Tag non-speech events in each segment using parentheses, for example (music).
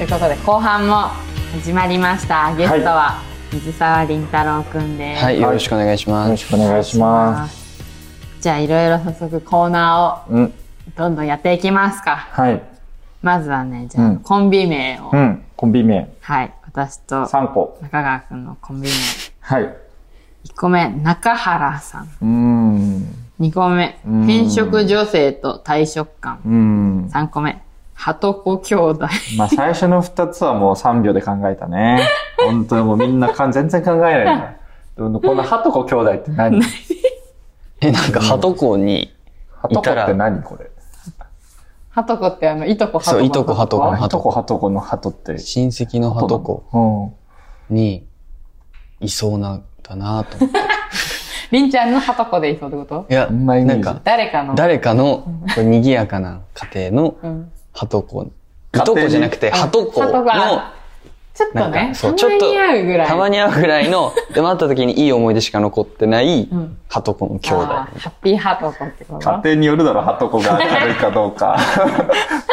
いうことで後半も始まりましたゲストは水沢凛太郎くんです、はい、よろしくお願いしよまろす。しくお願いします。すじゃあいろいろ早速コーナうん。ーをどんどんやっていきますかはい。まずはねじゃあ、うんコンビ名を、うん。コンビ名はい私と中3個。川くんのコンビ名はい。 1個目中原さんうーん。 2個目ん変色女性と退職感うーん。 3個目鳩子兄弟 (laughs) まあ最初の2つはもう3秒で考えたね。本当にもうみんなかん全然考えないね。でもこのハトコ兄弟って何え、なんか、ハトコに、ハトコって何これ。鳩子ってあのいとこ鳩子そうのいとこ鳩子鳩ハトコハトコのハトって。親戚のハトココ。に、いそうなんだなと思って。りんちゃんのはとこでいそうってこといや、そんなイメなーんジか、誰かの。誰かの、こう賑やかな家庭のうん。ハトコ。い家と庭にこじゃなくて、ハトコ鳩の、子あちょっなとんねか、、そう、たまに合うぐらい。たまに会うぐらいの、でも会った時にいい思い出しか残ってないん、ハトコの兄あ弟ー。ハッピーハートコってこ家と庭によるだろ、ハトコが明るいかどうか。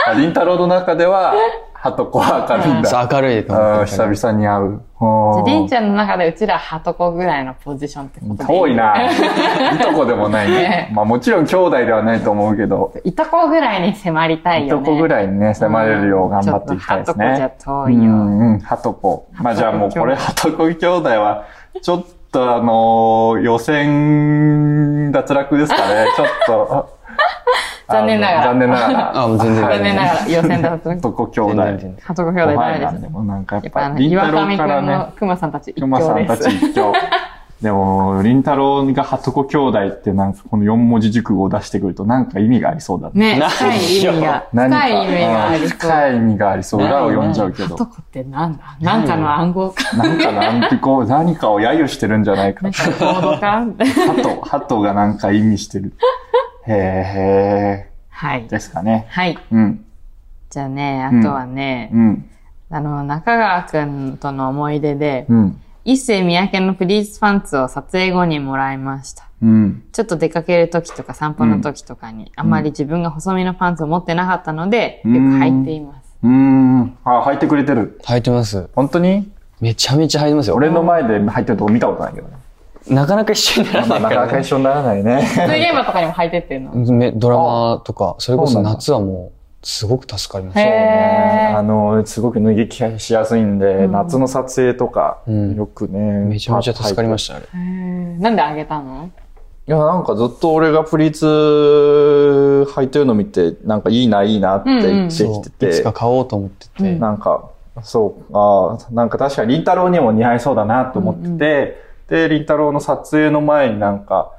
まありんたろの中では、ハトコは明るいんそだ。う、明るいとあ思あ、ってた久から。々に会う。あーりんちゃんの中でうちらはとこぐらいのポジションってことで。遠いな。いとこでもないね。まあもちろん兄弟ではないと思うけど、いとこぐらいに迫りたいいよとね。こぐらいにね、迫れるよう頑張っていきたいですね。うんうん、はとこ。まあじゃあもうこれ、はとこ兄弟は、ちょっとあのー予選脱落ですかね。ちょっと。残念ながらあの残念ながら。あもう全然残念ながら予選だと。はとこ兄全弟。然全然はとこ兄ご弟ダメ飯でなすんで、ね。もうなんかやっやっぱあぱ、の、りん岩たろ上くうかんらねの。熊さんたち一熊さ強んたですち。一挙。でも、りんたろうがはとこ兄弟ってなんかこの四文字熟語を出してくるとなんか意味がありそうだね。ね、深い意味が、何か深い意味がありそう。深い意味がありそう。裏を読んじゃうけはとど。こってなんだなんかの暗号か。なんかなんてこう、何かを揶揄してるんじゃないか。なんはかのコードかみたいなと、はとがなんか意味してる。へーへはいー。。ですかね。はい。うん。じゃあね、うんあとはね、うん。あの、中川くんとの思い出で、うん。一世三宅のプリーズパンツを撮影後にもらいました。うん。ちょっと出かける時とか散歩の時とかに、あまり自分が細身のパンツを持ってなかったので、うんよく履いています。うーん。あ、履いてくれてる。履いてます。本当にめちゃめちゃ履いてますよ。俺の前で履いてるとこ見たことないけど (laughs) ね。なかなか一緒にならなないかからなねか。一緒にならないね。そういう現場とかにも履いてってるの。めドラマとか、それこそそうなんだ夏はもう、すごく助かりましへた。えあの、すごく脱ぎ着しやすいんで、ん夏の撮影とか、うんよくね。めちゃめちゃ助かりましした、あれ。へーなんであげたのた。いや、なんかずっと俺がプリーツ履いてるの見て、なんかいいな、いいなって言ってそきてて、う。いつか買おうと思ってて。なんか、そう、あーなんか確かにりんたろーにも似合いそうだなと思ってて、で、りんたろーの撮影の前になんか、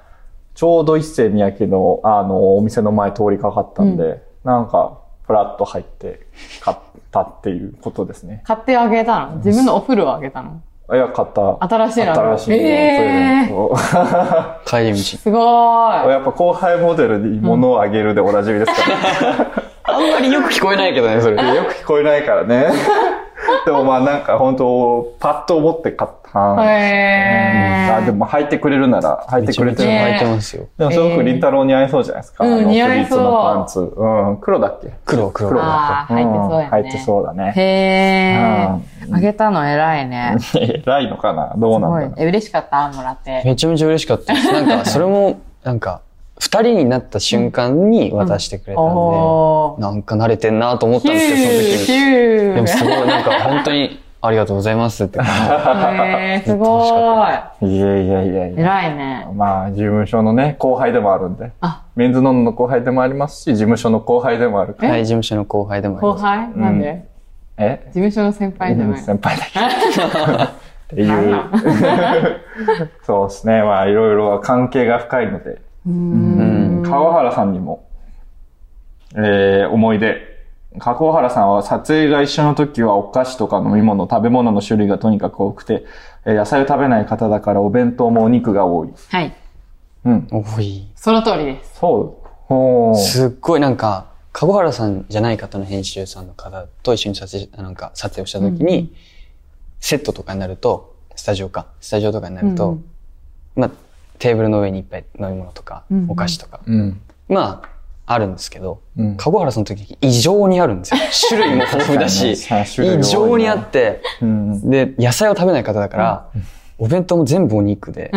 ちょうど一世三宅の、あの、お店の前通りかかったんで、なんか、ふらっと入って、買ったっていうことですね。買ってあげたの自分のお風呂をあげたのいや、買った。新しいの新しいのプレゼえントを (laughs) 帰り道。すごーい。やっぱ後輩モデルに物をあげるでおなじみですから、あんまりよく聞こえないけどね、それ。 (laughs) よく聞こえないからね。 (laughs) でもまあなんか本当パッと思って買った。へーあ、でも履いてくれるなら、履いてくれめちてゃるめなちら。ゃ履いてますよ。でもすごくりんたろーに合いそうじゃないですか。うんあの似合いそうプリーツのパンツ。うん、黒だっけ黒、黒。黒あだー入入っっててそそうだね。へー。あげたの偉いね。す (laughs) 偉いのかなどうなんごだいろ。え、嬉しかったもらって。めちゃめちゃ嬉しかったです。なんか、それも、なんか、二人になった瞬間に渡してくれたんで、おー。なんか慣れてんなと思ったヒんュですー、ヒけど、その時に。ュでもすー。ごい、なんか本当に、ありがとうございますって感へー、すごい。う。いやいやいやいや。偉いね。まあ、事務所のね、後輩でもあるんで。あ、メンズノンの後輩でもありますし、事務所の後輩でもあるかじ。ら。はい、事務所の後輩でもあり後ます。輩なんでえ事務所の先輩じゃない。先輩だけ。 (laughs) っていなんう。そうですね。まあ、いろいろ関係が深いので。うーん。川原さんにも、えー、思い出。川原さんは撮影が一緒の時はお菓子とか飲み物、食べ物の種類がとにかく多くて、えー野菜を食べない方だからお弁当もお肉が多い。はい。うん。おい。その通りです。そう。ほーすっごいなんか、籠原さんじゃない方の編集さんの方と一緒に撮影し、なんか撮影をしたときに、セットとかになると、スタジオか、スタジオとかになると、うんまあ、テーブルの上にいっぱい飲み物とか、うんうんお菓子とか、うん。まあ、あるんですけど、うん籠原さんの時異常にある (laughs) んですよ。種類も豊富だし、そうだよね異常にあって、うん。で、野菜を食べない方だから、お弁当も全部お (laughs) 肉で、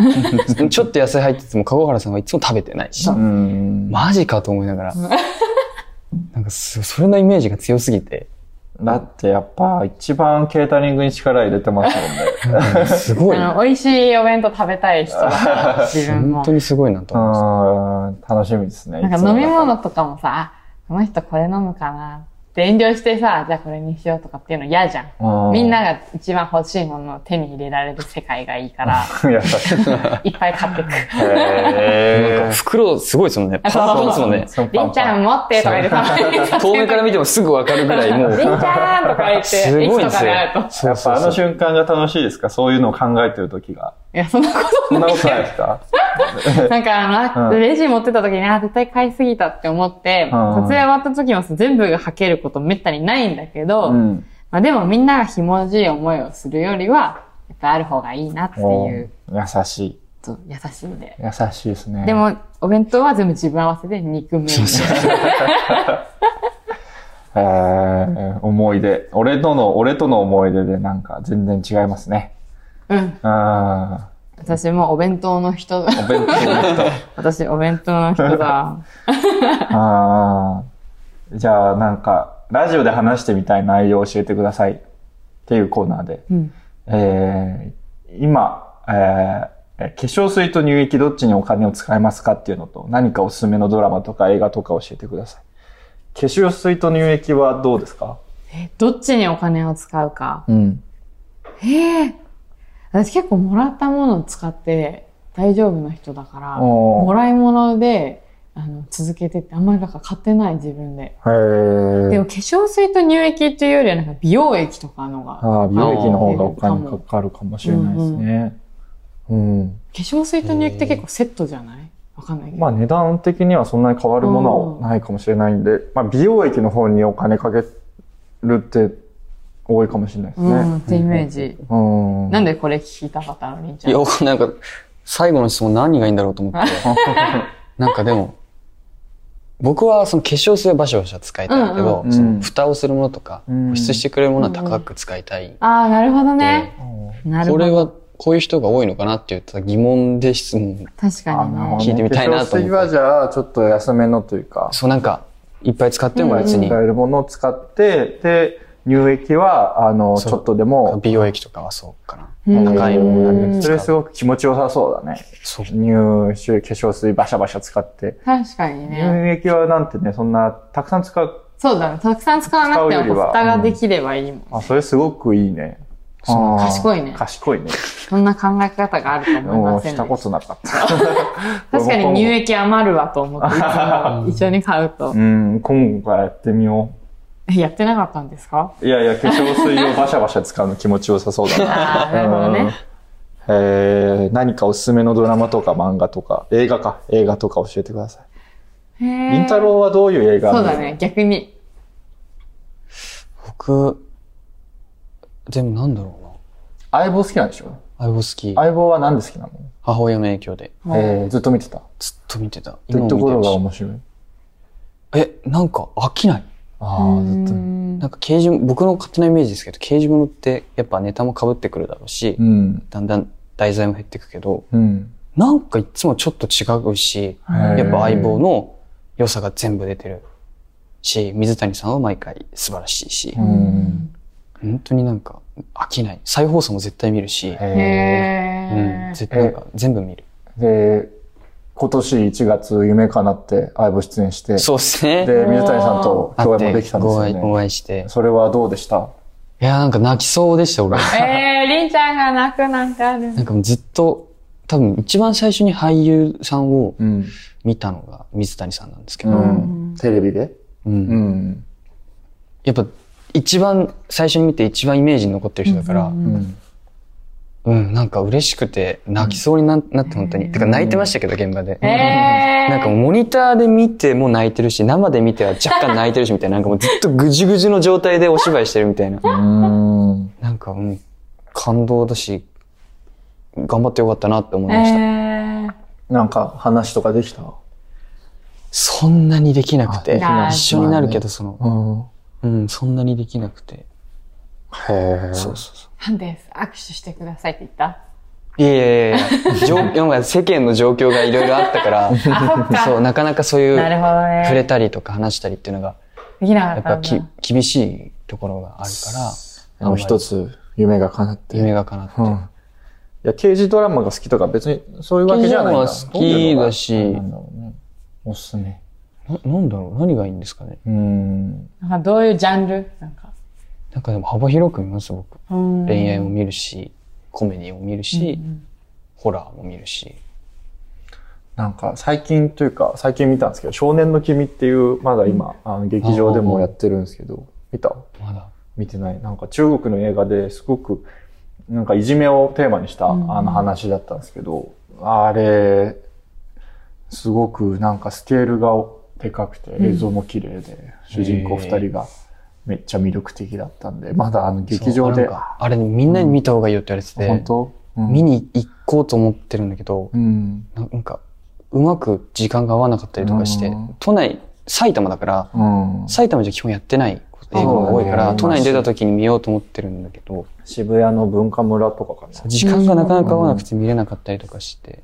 ちょっと野菜入ってても、籠原さんはいつも食べてないし、うん。マジかと思いながら、 (laughs) なんかそそれのイメージが強すぎて、だってやっぱ一番ケータリングに力入れてますもんね。 (laughs) うんすごいな、あの、美味しいお弁当食べたい人だから、自分本も当。にすごいなと思いまうす。ん、楽しみですね。なんか飲みい物とかもさ、あこの人これ飲むかなって遠慮してさ、じゃあこれにしようとかっていうの嫌じゃん。つもみんなが一番欲しいものを手に入れられる世界がいい (laughs) から、うん優しい。いっぱい買ってく。なんかへ袋すごいですもんね。パンパンですもんね。ーりんちゃん持ってとか言ってたまに遠目から見てもすぐわかるぐらいもりんちう、ゃんとか言って、すごい駅とんでかすでよ会うと。。そやうっそぱうあそうの瞬間が楽しいですかそういうのを考えてる時が。いや、そんなこそんなことないですかと、なんかあの、うんレジ持ってた時に、あ、絶対買いすぎたって思って、うん撮影終わった時も全部が履けることめったにないんだけど、うん。まあでもみんながひもじい思いをするよりは、やっぱある方がいいなっておいう優。しい。そう優しいんで。優しいですね。で、も、お弁当は全部自分合わせで肉麺。えー、思い出。俺との、俺との思い出でなんか全然違いますね。うん。あ私もお弁当の人だ。ーお弁当の人。私お弁当の人だ。 (laughs) ああ。じゃあ、なんか、ラジオで話してみたい内容を教えてくださいっていうコーナーで。うん。えー、今、えー、化粧水と乳液どっちにお金を使いますかっていうのと、何かおすすめのドラマとか映画とか教えてください。化粧水と乳液はどうですかえどっちにお金を使うか。うん。ええ私結構もらったものを使って大丈夫な人だから、おーもらい物で、あの、続けてって、あんまりなんか買ってない自分で。へーでも化粧水と乳液っていうよりはなんか美容液とかのが、化ああ、美容液の方がお金かかるかもしれないですね。うん。粧水と乳液って結構セットじゃないわかんないけど。まあ値段的にはそんなに変わるものはないかもしれないんで、まあ美容液の方にお金かけるって多いかもしれないですね。うん、ってイメージ。うん。 (laughs) なんでこれ聞きたかったのりんちゃいん。や、僕なんか、最後の質問何がいいんだろうと思って。なんかでも、僕はその化粧水をバシャバシャ使いたいけど、うんうんそうんの蓋をするものとか、うん保湿してくれるものは高く使いたい。ああ、なるほどね。なるこほれど。はこういう人が多いのかなって言った疑問で質問。確かにね。の (laughs) 聞いてみたいなと思って化粧水はじゃあちょっと安めのというか、そうなんか、いっぱい使っても別使に、えるものを使って、で、乳液は、あの、そうちょっとでも、美容液とかはそうかな。うん高いものなんでそ使うれすごく気持ちよさそうだね。そう。乳液、化粧水バシャバシャ使って。確かに乳ね。液はなんてね、そんな、たくさん使う。そうだね。たくさん使わなくて使うよりはも、蓋ができればいいもん。あ、それすごくいいね。あー賢いね賢いね。そんな考え方があると思いもまうせしんたでこしたとなかった。確かに乳液余るわと思って、いつも一緒に買うとう。ん、今後はやってみよえやってなかったんですかう。いやいや、化粧水をバシャバシャ使うの気持ちよさそうだな。ああ、 (laughs) なるほどね。うん。えー、何かおすすめのドラマとか漫画とか、映画か、映画とか教えてください。りりんたろうはどういう映画そうだ。ね、逆に。僕、でもなんだろ相棒好きなんでしょうな。相棒好き。相棒は何で好きな母親の影響で、のえー、ずっと見てた。ずっと見てた。って今もところ見がてるし。面白い。え、なんか飽きない。あうあ、ずっと見てんなんか刑事、僕の勝手なイメージですけど、刑事物ってやっぱネタも被ってくるだろうし、た。うん。だんだん題材も減ってくけど、うん。なんかいつもちょっと違うし、ーやっぱ相棒の良さが全部出てるし、水谷さんは毎回素晴らしいしう、ん。本当になんか飽きない。再放送も絶対見るし、えうん、へー絶対なんか全部見る。ー。で、今年1月、夢かなって相棒出演して、そうですね。で、水谷さんと共演もできたんです会ってごよおね。会いして。それはどうでしたいや、なんか泣きそうでし (laughs) た、俺。えー、りんちゃんが泣くなんかあるな。んかもうずっと、多分一番最初に俳優さんをうん。見たのが水谷さんなんですけうど、ん。テレビでうんうん。やっぱ一番最初に見て一番イメージに残ってる人だから、うん、うん。なんか嬉しくて泣きそうにななって本当に。てか泣いてましたけど、現場で。えー。なんかモニターで見ても泣いてるし、生で見ては若干泣いてるしみたい (laughs) な、なんかもうずっとぐじゅぐじゅの状態でお芝居してるみたいな。うん。なんか、うん、感動だし、頑張ってよかったなって思いました。えーなんか話とかできたそんなにできなくて、あ一緒になるけど、その、うん。うん、そんなにできなくて。へえ。そうそうそう。なんです。握手してくださいって言ったいやいやい (laughs) やいや状なんか世間の状況がいろいろあったから、あ、そっか。そう、なかなかそういう、なるほどね。触れたりとか話したりっていうのが、できなかやっったぱんだ。き厳しいところがあるから、あの一つ、夢が叶って。夢が叶って。うん。いや、刑事ドラマが好きとか別にそういうわけじゃないんだ。刑事ドラマは好きだしどういうのがなんだろうねおすすめ。ななんだろう何がいいんですかねうん。なんかどういうジャンルなんか。なんかでも幅広く見ます、僕。恋恋愛も見るし、コメディも見るし、ホラーも見るし。なんか最近というか、最近見たんですけど、少年の君っていう、まだ今、あの劇場でもやってるんですけど、見たまだ。見てない。なんか中国の映画ですごく、なんかいじめをテーマにした、うんあの話だったんですけど、あれ、すごくなんかスケールがでかくて映像も綺麗で、主人公二人がめっちゃ魅力的だったんで、まだあの劇場そうでなん、かあれみんなに見た方がいいよって言われてて、本当、うん見に行こうと思ってるんだけど、うん。ななんか、うまく時間が合わなかったりとかしてうん、都内、埼玉だから、うん。埼玉じゃ基本やってない映画が多そいかうだら、ね都内に出た時に見ようと思ってるんだけど、渋谷の文化村とかかな。時間がなかなか合わなくて見れなかったりとかして、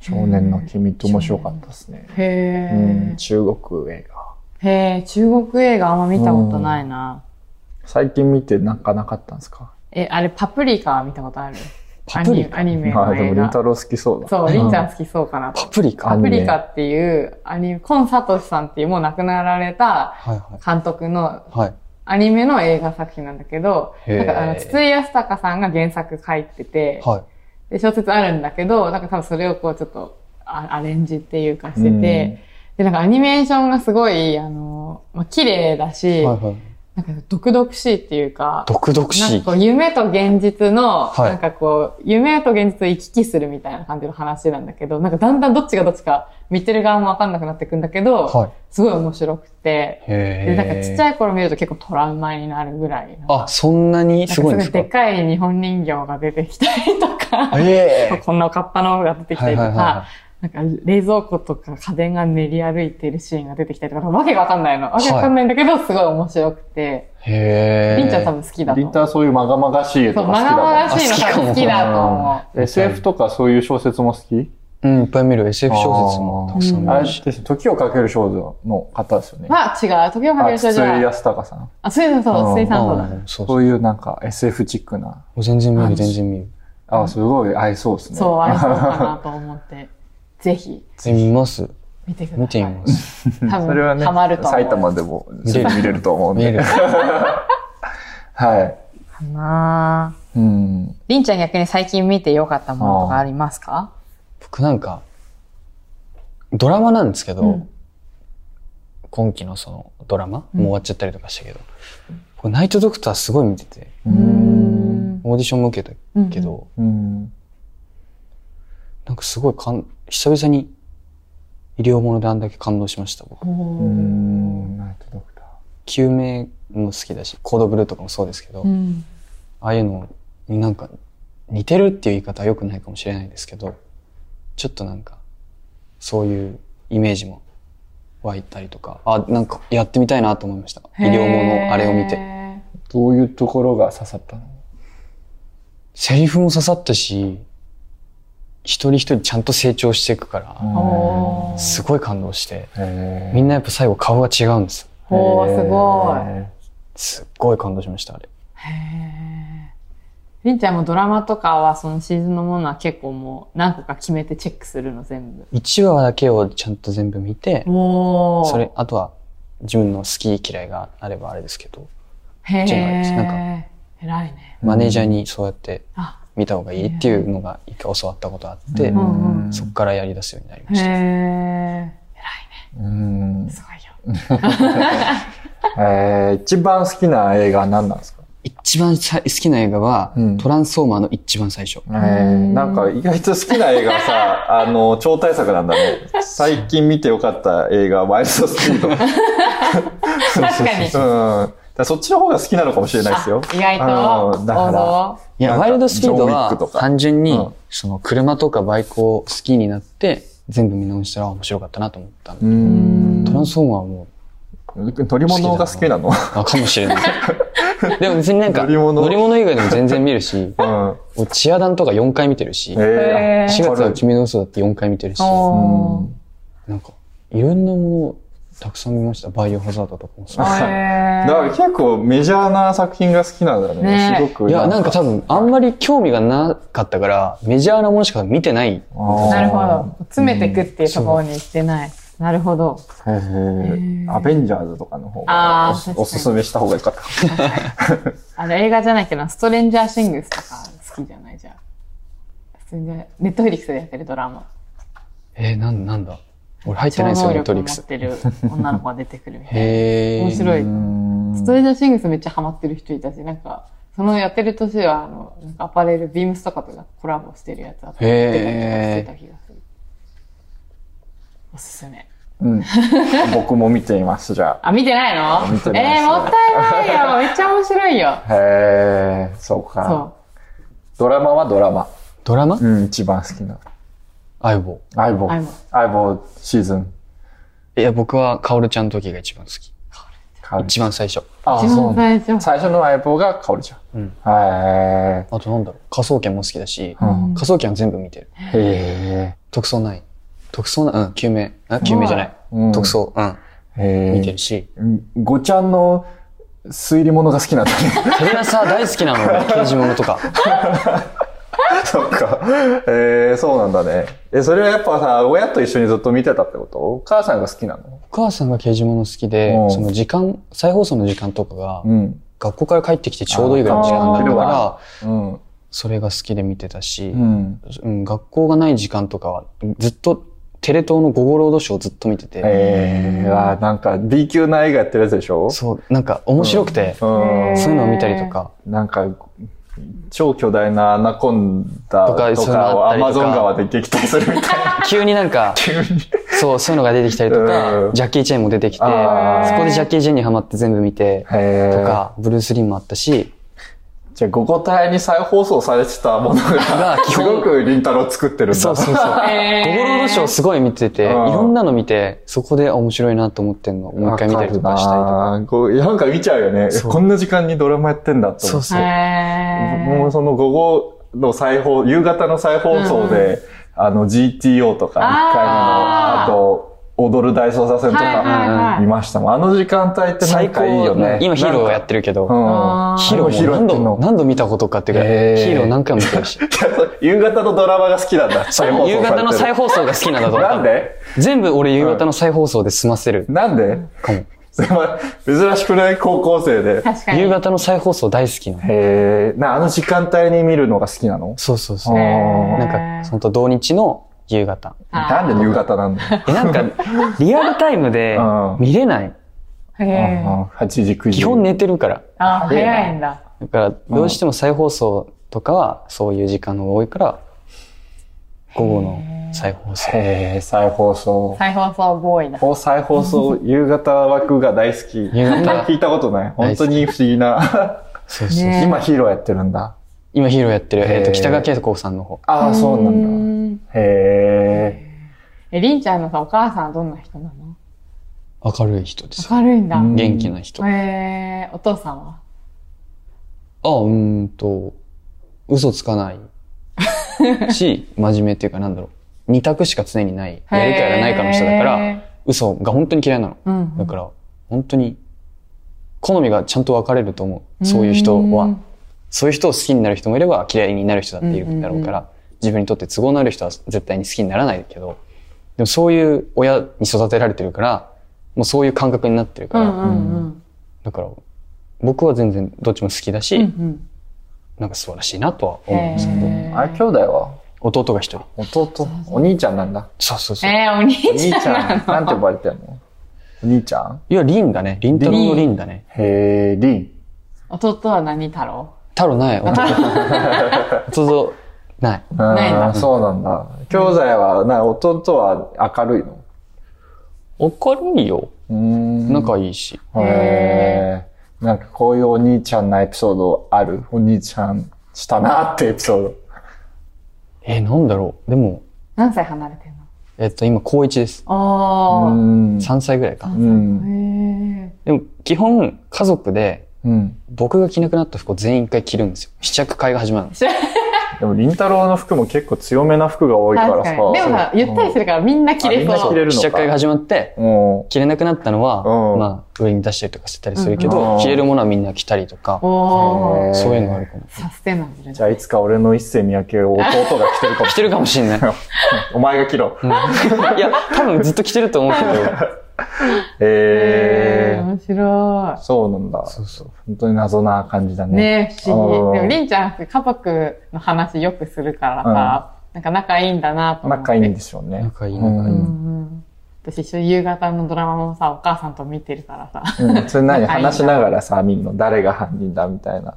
少年の君って面白かったですね。へうん、え。中国映画。へえ、中国映画あんま見たことないな。最近見てなんかなかったんですかえ、あれ、パプリカは見たことあるパプリカアニメあのあ、で映も、りん画た。ろう好きそうだ。そう、りんちゃん好きそうかなと。パプリカアパニプメリカっていうアニメ、コンサトシさんっていうもう亡くなられたはいは監督のい。はい。アニメの映画作品なんだけど、へーなんかあの筒井康隆さんが原作書いてて、はい。で小説あるんだけど、なんか多分それをこうちょっとあアレンジっていうかしてて、うんで、なんかアニメーションがすごい、あの、まあ、綺麗だし、はいはい。なんか毒々しいっていうか、毒々しなんいか。こう夢と現実の、はいなんかこう、夢と現実を行き来するみたいな感じの話なんだけど、なんかだんだんどっちがどっちか見てる側もわかんなくなってくんだけど、はい。すごい面白くて、へで、なんかちっちい。ゃい頃見ると結構トラウマになるぐらい。あ、そんなにすごいんですかなんかごいでかい日本人形が出てきたりとか、ええこんなおかっぱの方が出てきたりとはいはいはか、なんか冷蔵庫とか家電が練り歩いてるシーンが出てきたりとか、わけがわかんないの。わけわかんないんだけど、すごい面白くて、へえ。りんちゃん多分好きだとりん思うた。ろうそういうまがまがしい映そ画う、がまがまが好きだもんしいの多分好きだと思うん SF とかそういう小説も好きうん、いっぱい見る SF 小説もたくさん見あれるし。ですね時をかける少女の方ですよねう。。まあ、違う。時をかけあ、る人筒井じゃない。康隆さん。あ、そうそううそんう、水産そうあだ。ーそうそ。そうういうなんか SF チックな。全然見る、全然見る。あ、すごい合いそうですね。そう、ありそうか (laughs) なと思って、ぜひ、全然見ます。見てください。見てみます。多分、それはね、ハマると思う。埼玉でもすぐ見れると思うん (laughs) 見で。る。 (laughs) はかなぁい。うん。りんちゃん逆に最近見てよかったものとかありますか僕なんか、ドラマなんですけど、うん今期のそのドラマ、うんもう終わっちゃったりとかしたけど、僕ナイトドクターすごい見てて、ううーん。んオーディションも受けたけど、うん。なんかすごいかん、久々に医療ものであんだけ感動しました、僕。ううんん。ナイトドクター。救命も好きだし、コードブルーとかもそうですけど、うんああいうのになんか似てるっていう言い方は良くないかもしれないですけど、ちょっとなんか、そういうイメージも湧いたりとか、あ、なんかやってみたいなと思いました。医療ものあれを見て。へどういうところが刺さったのセリフも刺さったし、一人一人ちゃんと成長していくから、ーおーすごい感動して、へーみんなやっぱ最後顔が違うんです。おーすごいへすっごい感動しました、あれ。へーりんちゃんもドラマとかはそのシーズンのものは結構もう何個か決めてチェックするの全部。 1話だけをちゃんと全部見て、おー。それ、あとは自分の好き嫌いがあればあれですけど、へじゃないですなんかえ。偉いね。うんマネージャーにそうやってあ、見た方がいいっていうのが一回教わったことあっーて、うんうんそっからやり出すようになりまへえ。した。偉いね。うんすごいよ。えー一番好きな映画は何なんですか、一番さ好きな映画は、うんトランスフォーマーの一番最初。えー、なんか意外と好きな映画はさ、あの、超大作なんだね。最近見てよかった映画、ワイルドスピード。確確かにうん。だからそっちの方が好きなのかもしれないですよ。あ意外うとんだから、 (laughs) 王道いや、なんかワイルドスピードジョンウィックはとか単純に、うんその車とかバイクを好きになって、全部見直したらあ面白かったなと思ったんでう。ん。トランスフォーマーはも乗り物が好きなのう、あ、かもし (laughs) れない。でも別になんか、乗り物乗り物以外でも全然見 (laughs) るし、うん。俺チアダンとか4回見てるし、4えへーえ。月わかはる君の嘘だって4回見てるし、おーなんか、いろんなものをたくさん見ました。バイオハザードとかもそう。あへだーから結構メジャーな作品が好きなんだね。ねすごく。いや、なんか多分、あんまり興味がなかったから、メジャーなものしか見てない。あーなるほど。詰めてくっていうところに行ってない。なるほど。へーアベンジャーズとかの方あーがおす確かにおすすめした方がよかった。あれ映画じゃないけど、ストレンジャーシングスとか好きじゃないじゃん。ストレンジャーネットフリックスでやってるドラマ。えー、なん、なんだ俺入って超ないんですよ、能ネッ力トをリ持ックスっ。てる女の子が出てくる (laughs) みたいな。へー。面白い。うんストレンジャーシングスめっちゃハマってる人いたし、なんか、そのやってる年は、あの、なんかアパレル、ビームスとかとかコラボしてるやつあったりへ出たーりとかしてた気がする。おすすめ。うん僕も見ています、じゃあ、見てないの見てないですえー、もったいないよ。めっちゃ面白いよ。あ。へえ、そうか。そドラマはドラマ。ドラマうん、一番好きな。相棒。相棒相棒。相棒シーズン。いや、僕は、カオルちゃんの時が一番好き。一番。番最初。あ、う。一そ番うなんだ最初。最初の相棒が香織ちゃん。うんへあとなんだろう。科捜研も好きだし、うん科捜研は全部見てる。え。へ特捜ない。特捜ない、うん、救命。あ、救命じゃない。うん特捜、うえ。ん、見てるし。うん。ごちゃんの推理物が好きなんだ (laughs) ね。それがさ、大好きなの俺、刑事物とか。そっか。えー、そうなんだね。え、それはやっぱさ、親と一緒にずっと見てたってことお母さんが好きなのお母さんが刑事物好きでう、んその時間、再放送の時間とかが、ん。学校から帰ってきてちょうどいいぐらいの時間だったから、うん。それが好きで見てたし、うん。うん、学校がない時間とかは、ずっと、テレ東の午後ロードショーをずっと見てて、えー、あーなんか B 級な映画やってるやつでしょそう、なんか面白くて、うん。そういうのを見たりとか、なんか、超巨大なアナコンダととかかそういうのをあアったりとかマゾン川で撃退するみた (laughs) いな。急にな (laughs) んか、そう、そういうのが出てきたりとうかん、ジャッキー・チェーンも出てきて、そあーこでジャッキー・チェーンにハマって全部見て、へとー。か、ブルース・リーもあったし、じゃあ、ご個体に再放送されてたものがが、基す本ごくりんたろ作ってるんだ。そうそうそう。ゴえゴロードショーすごい見てて、いうんろんなの見て、そこであ面白いなと思ってんのをもう一回見たりとかしたりとか。りとか。こうなんか見ちゃうよね。そうこんな時間にドラマやってんだってそ思うって。そう。へもうその午後の再放、夕方の再放送で、あの GTO とか、1回目の、ああーと、踊る大捜査線とはいはいかはい見ましたもん。あの時間帯ってなん最か高いいよね。今ヒーローやっててるけうど、ん。あーヒーローも何ヒーローやってんの度、何度見たことかっていうか、ヒへーーロー何回も見てるし。 (laughs) 夕方のドラマが好きなんだ。そう夕方の再放放送が好きなんだと送思されてる。なうんで全部俺夕方の再放送で済ませるなんでかも。それは珍しくない高校生ー。で確かに。夕方の再放送大好きなの。へえ。な、あの時間帯に見るのが好きなのそうそうそう。へーなんか、ほんと同日の夕方。あーなんで夕方なんだよ。え、なんか、 (laughs) リアルタイムでうん見れない。へうんうーん8時、9時。基本寝てるから。あー、早いんだ。だから、どうしても再放送とかは、そういう時間の方が多いから、午後の再放送。へえ、再放送。再放送ボーイだ。こう再放送、夕方枠が大好き。夕方聞いたことない。本当に不思議な。 (laughs) そうそう。ね今ヒーローやってるんだ。今ヒーローやってる、えっ、へーと、北川景子さんの方。ああ、そうなんだ。んだ。へえ。え、りんちゃんのさ、お母さんはどんな人なの明るい人です。明るいんだ。うん元気な人。あ、えー、お父さんはうーんと、嘘つ (laughs) かない。し、真面目っていうかなんだろう。二択しか常にない。やるかやらないかの人だから、へ嘘が本当に嫌いなの。ーうんだから、本当に、好みがちゃんと分かれると思う。そういう人は。そういう人を好きになる人もいれば嫌いになる人だっているだろうから、自分にとって都合のある人は絶対に好きにならないけど、でもそういう親に育てられてるから、もうそういう感覚になってるうかんら、うんうん。だから僕は全然どっちも好きだし、うんうん。なんか素晴らしいなとは思うんですけど、えあれ、兄弟は弟が一人。弟、お兄ちゃんなんだ。そうそうそう。ー、お兄お兄ちちゃゃんん、ななんのて呼ばれてんのお兄ちゃんいや、リンだね。リン太郎のリンだね。へえ、りん。 (laughs) 弟は何太郎 (laughs) 太郎ない、弟。弟、ない。ないんああ、だそうなんだ。兄弟は、な、弟は明るいの明るいよ。うーん。仲いいし。へえ。なんかこういうお兄ちゃんなエピソードあるお兄ちゃんしたなってエピソード。えーなんだろう。でも、何歳離れてんのええっと、今、高1です。ああ。ん3歳ぐらいか。うん、へえ。でも、基本、家族で、うん。僕が着なくなった服を全員一回着るんですよ。試着会が始まるんです。でも、りんたろーの服も結構強めな服が多いから確さ。かに。でもさ、ゆったりしてるからみんな着れあみんなそ着う。れるのか試着会が始まって、うん。着れなくなったのは、うんまあ、上に出したりとかしてたりするけうんど、着れるものはみんな着たりとか、おへーー。そういうのがあるかも。サステナブルじゃあ、いつか俺の一世三宅を弟が着てる (laughs) かも着してれなるい。かもしんない。お前が着ろ。いや、多分ずっと着てると思うけど。へええ。ー。面白そうなんだ。そうそう。本当に謎な感じだい。ね。ね不思議。でうんも、りんちゃん、家族の話よくするからさ、なんか仲いいんだなと思って。仲いいんでしょうね。仲いういん仲ういいんうん。私一緒に夕方のドラマもさ、お母さんと見てるから (laughs) さ。うん、それ何仲いいんだ話しながらさ、見んの誰が犯人だみたいな。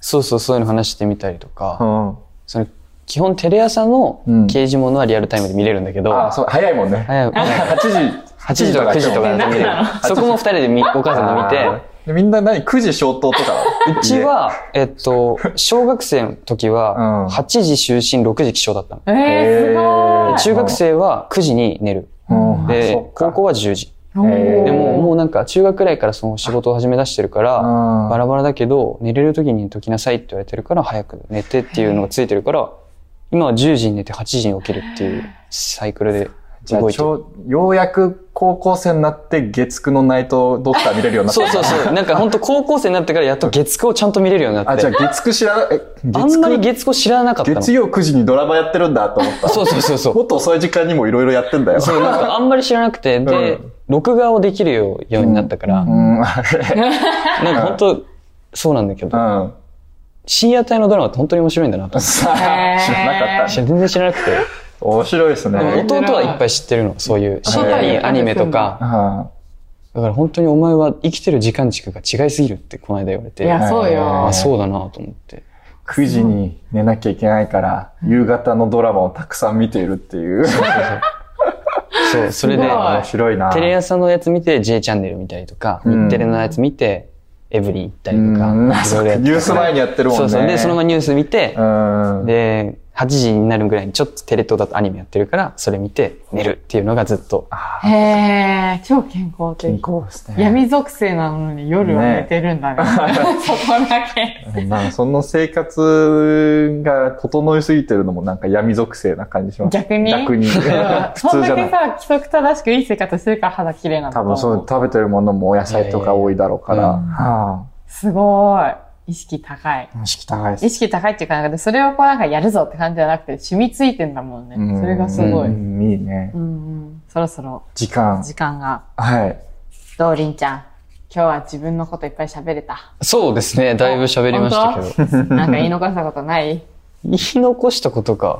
そうそう、そういうの話してみたりとうか、ん。その、基本テレ朝のうん刑事ものはリアルタイムで見れるんだけど、あ、そう、早いもんね。 (laughs) 早く8時。 8時とか9時とかだと見れるな。そこも2人でみお母さんと見あて、ー。でみんな何 ?9 時消灯とか (laughs) うちは、えっと、小学生の時うんは、8時就寝、6時起床だったの。ええすごへいー中学生は9時に寝る。うんでそっ、か高校は10時。おーでも、もううなんか中学くらいからその仕事を始め出してるから、バあラバラだけど、寝れる時に寝ときなさいって言われてるから、早く寝てっていうのがついてるから、今は10時に寝て8時に起きるっていうサイクルでじゃ動あいちてる。ょう、ようやく高校生になって月9のナイトドクター見れるようになった。そうそうそう。なんか本当高校生になってからやっと月9をちゃんと見れるようになあ、っじゃあて。月9知らな、え、あん月まり9月9知らなかったの。月曜9時にドラマやってるんだと思った。そうそうそうそう。もっと遅い時間にもいろいろやってんだよ。そう、なんかあんまり知らなくて、で、うん録画をできるようになったから、 (laughs) うん、あれ。なんか本当、そうなんだけうど、ん。深夜帯のドラマって本当に面白いんだなと思ってさあ、知らなかったね。全然知らなくて。面白いですね。でもん弟はいっぱい知ってるの、そういう深あ夜にアニメとそうなんか。あだから本当にお前は生きてる時間軸が違いすぎるってこの間言われいて、や、あそうよあ、。そうだなと思って。 9時に寝なきゃいけないから、夕方のドラマをたくさん見ているっていう。そう、それで、ごい面白いな。テレ朝のやつ見て J チャンネル見たりとか、うん日テレのやつ見て、エブリィ行ったりとか、うんいろいろやってたからニュース前にやってるもんねそうそう。で、そのままニュース見て、うん。で、8時になるぐらいにちょっとテレ東だとアニメやってるから、それ見て寝るっていうのがずっと。あーへえ、超健康健的。康ですね。闇属性なのに夜は寝てるんだね。 (laughs) そこだけ。なんかその生活が整いすぎてるのもなんか闇属性な感じします。逆に逆 (laughs) に。普そん通じだゃなけい。さ、規則正しくいい生活してるから肌綺麗なんだ多と思分う。そう、食べてるものもお野菜とか多いだろうから。いやいやいはすごい。意識高い。あ、意識高いです意。識高いっていうか、なんかそれをこうなんかやるぞって感じじゃなくて、染みついてんだもんね。うんそれがすごい。ううんんいいね。うん。そろそろ時間。時間が。はい。どうりんちゃん。今日は自分のこといっぱい喋れた。そうですね。だいぶ喋りましたけど。ど。なんか言い残したことない言い残したことが、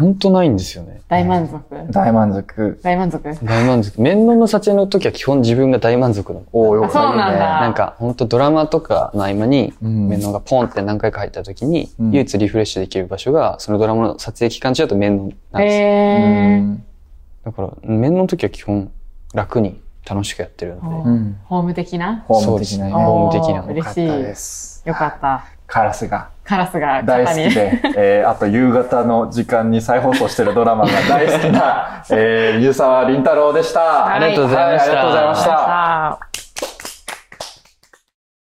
ほんとないんですよね。大満足大満足。大満足大満足。面倒の撮影の時は基本自分が大満足なの。おおよあそうなんだなんか本当ドラマとかの合間にうん面倒がポンって何回か入った時に、うん唯一リフレッシュできる場所がそのドラマの撮影期間中だと面倒なんですよ、へー。だから面倒の時は基本楽に楽しくやってるのうでん。ホーム的なホーム的なね。そうですねホーム的なおの嬉しい。よかったです。よかった。カラスがカラスが大好肩きに。 (laughs) で、えーあと夕方の時間に再放送してるドラマが大好きな、えー、ゆうさわりんたろうでした。はいありがとうございましはあたりがとうございました。た。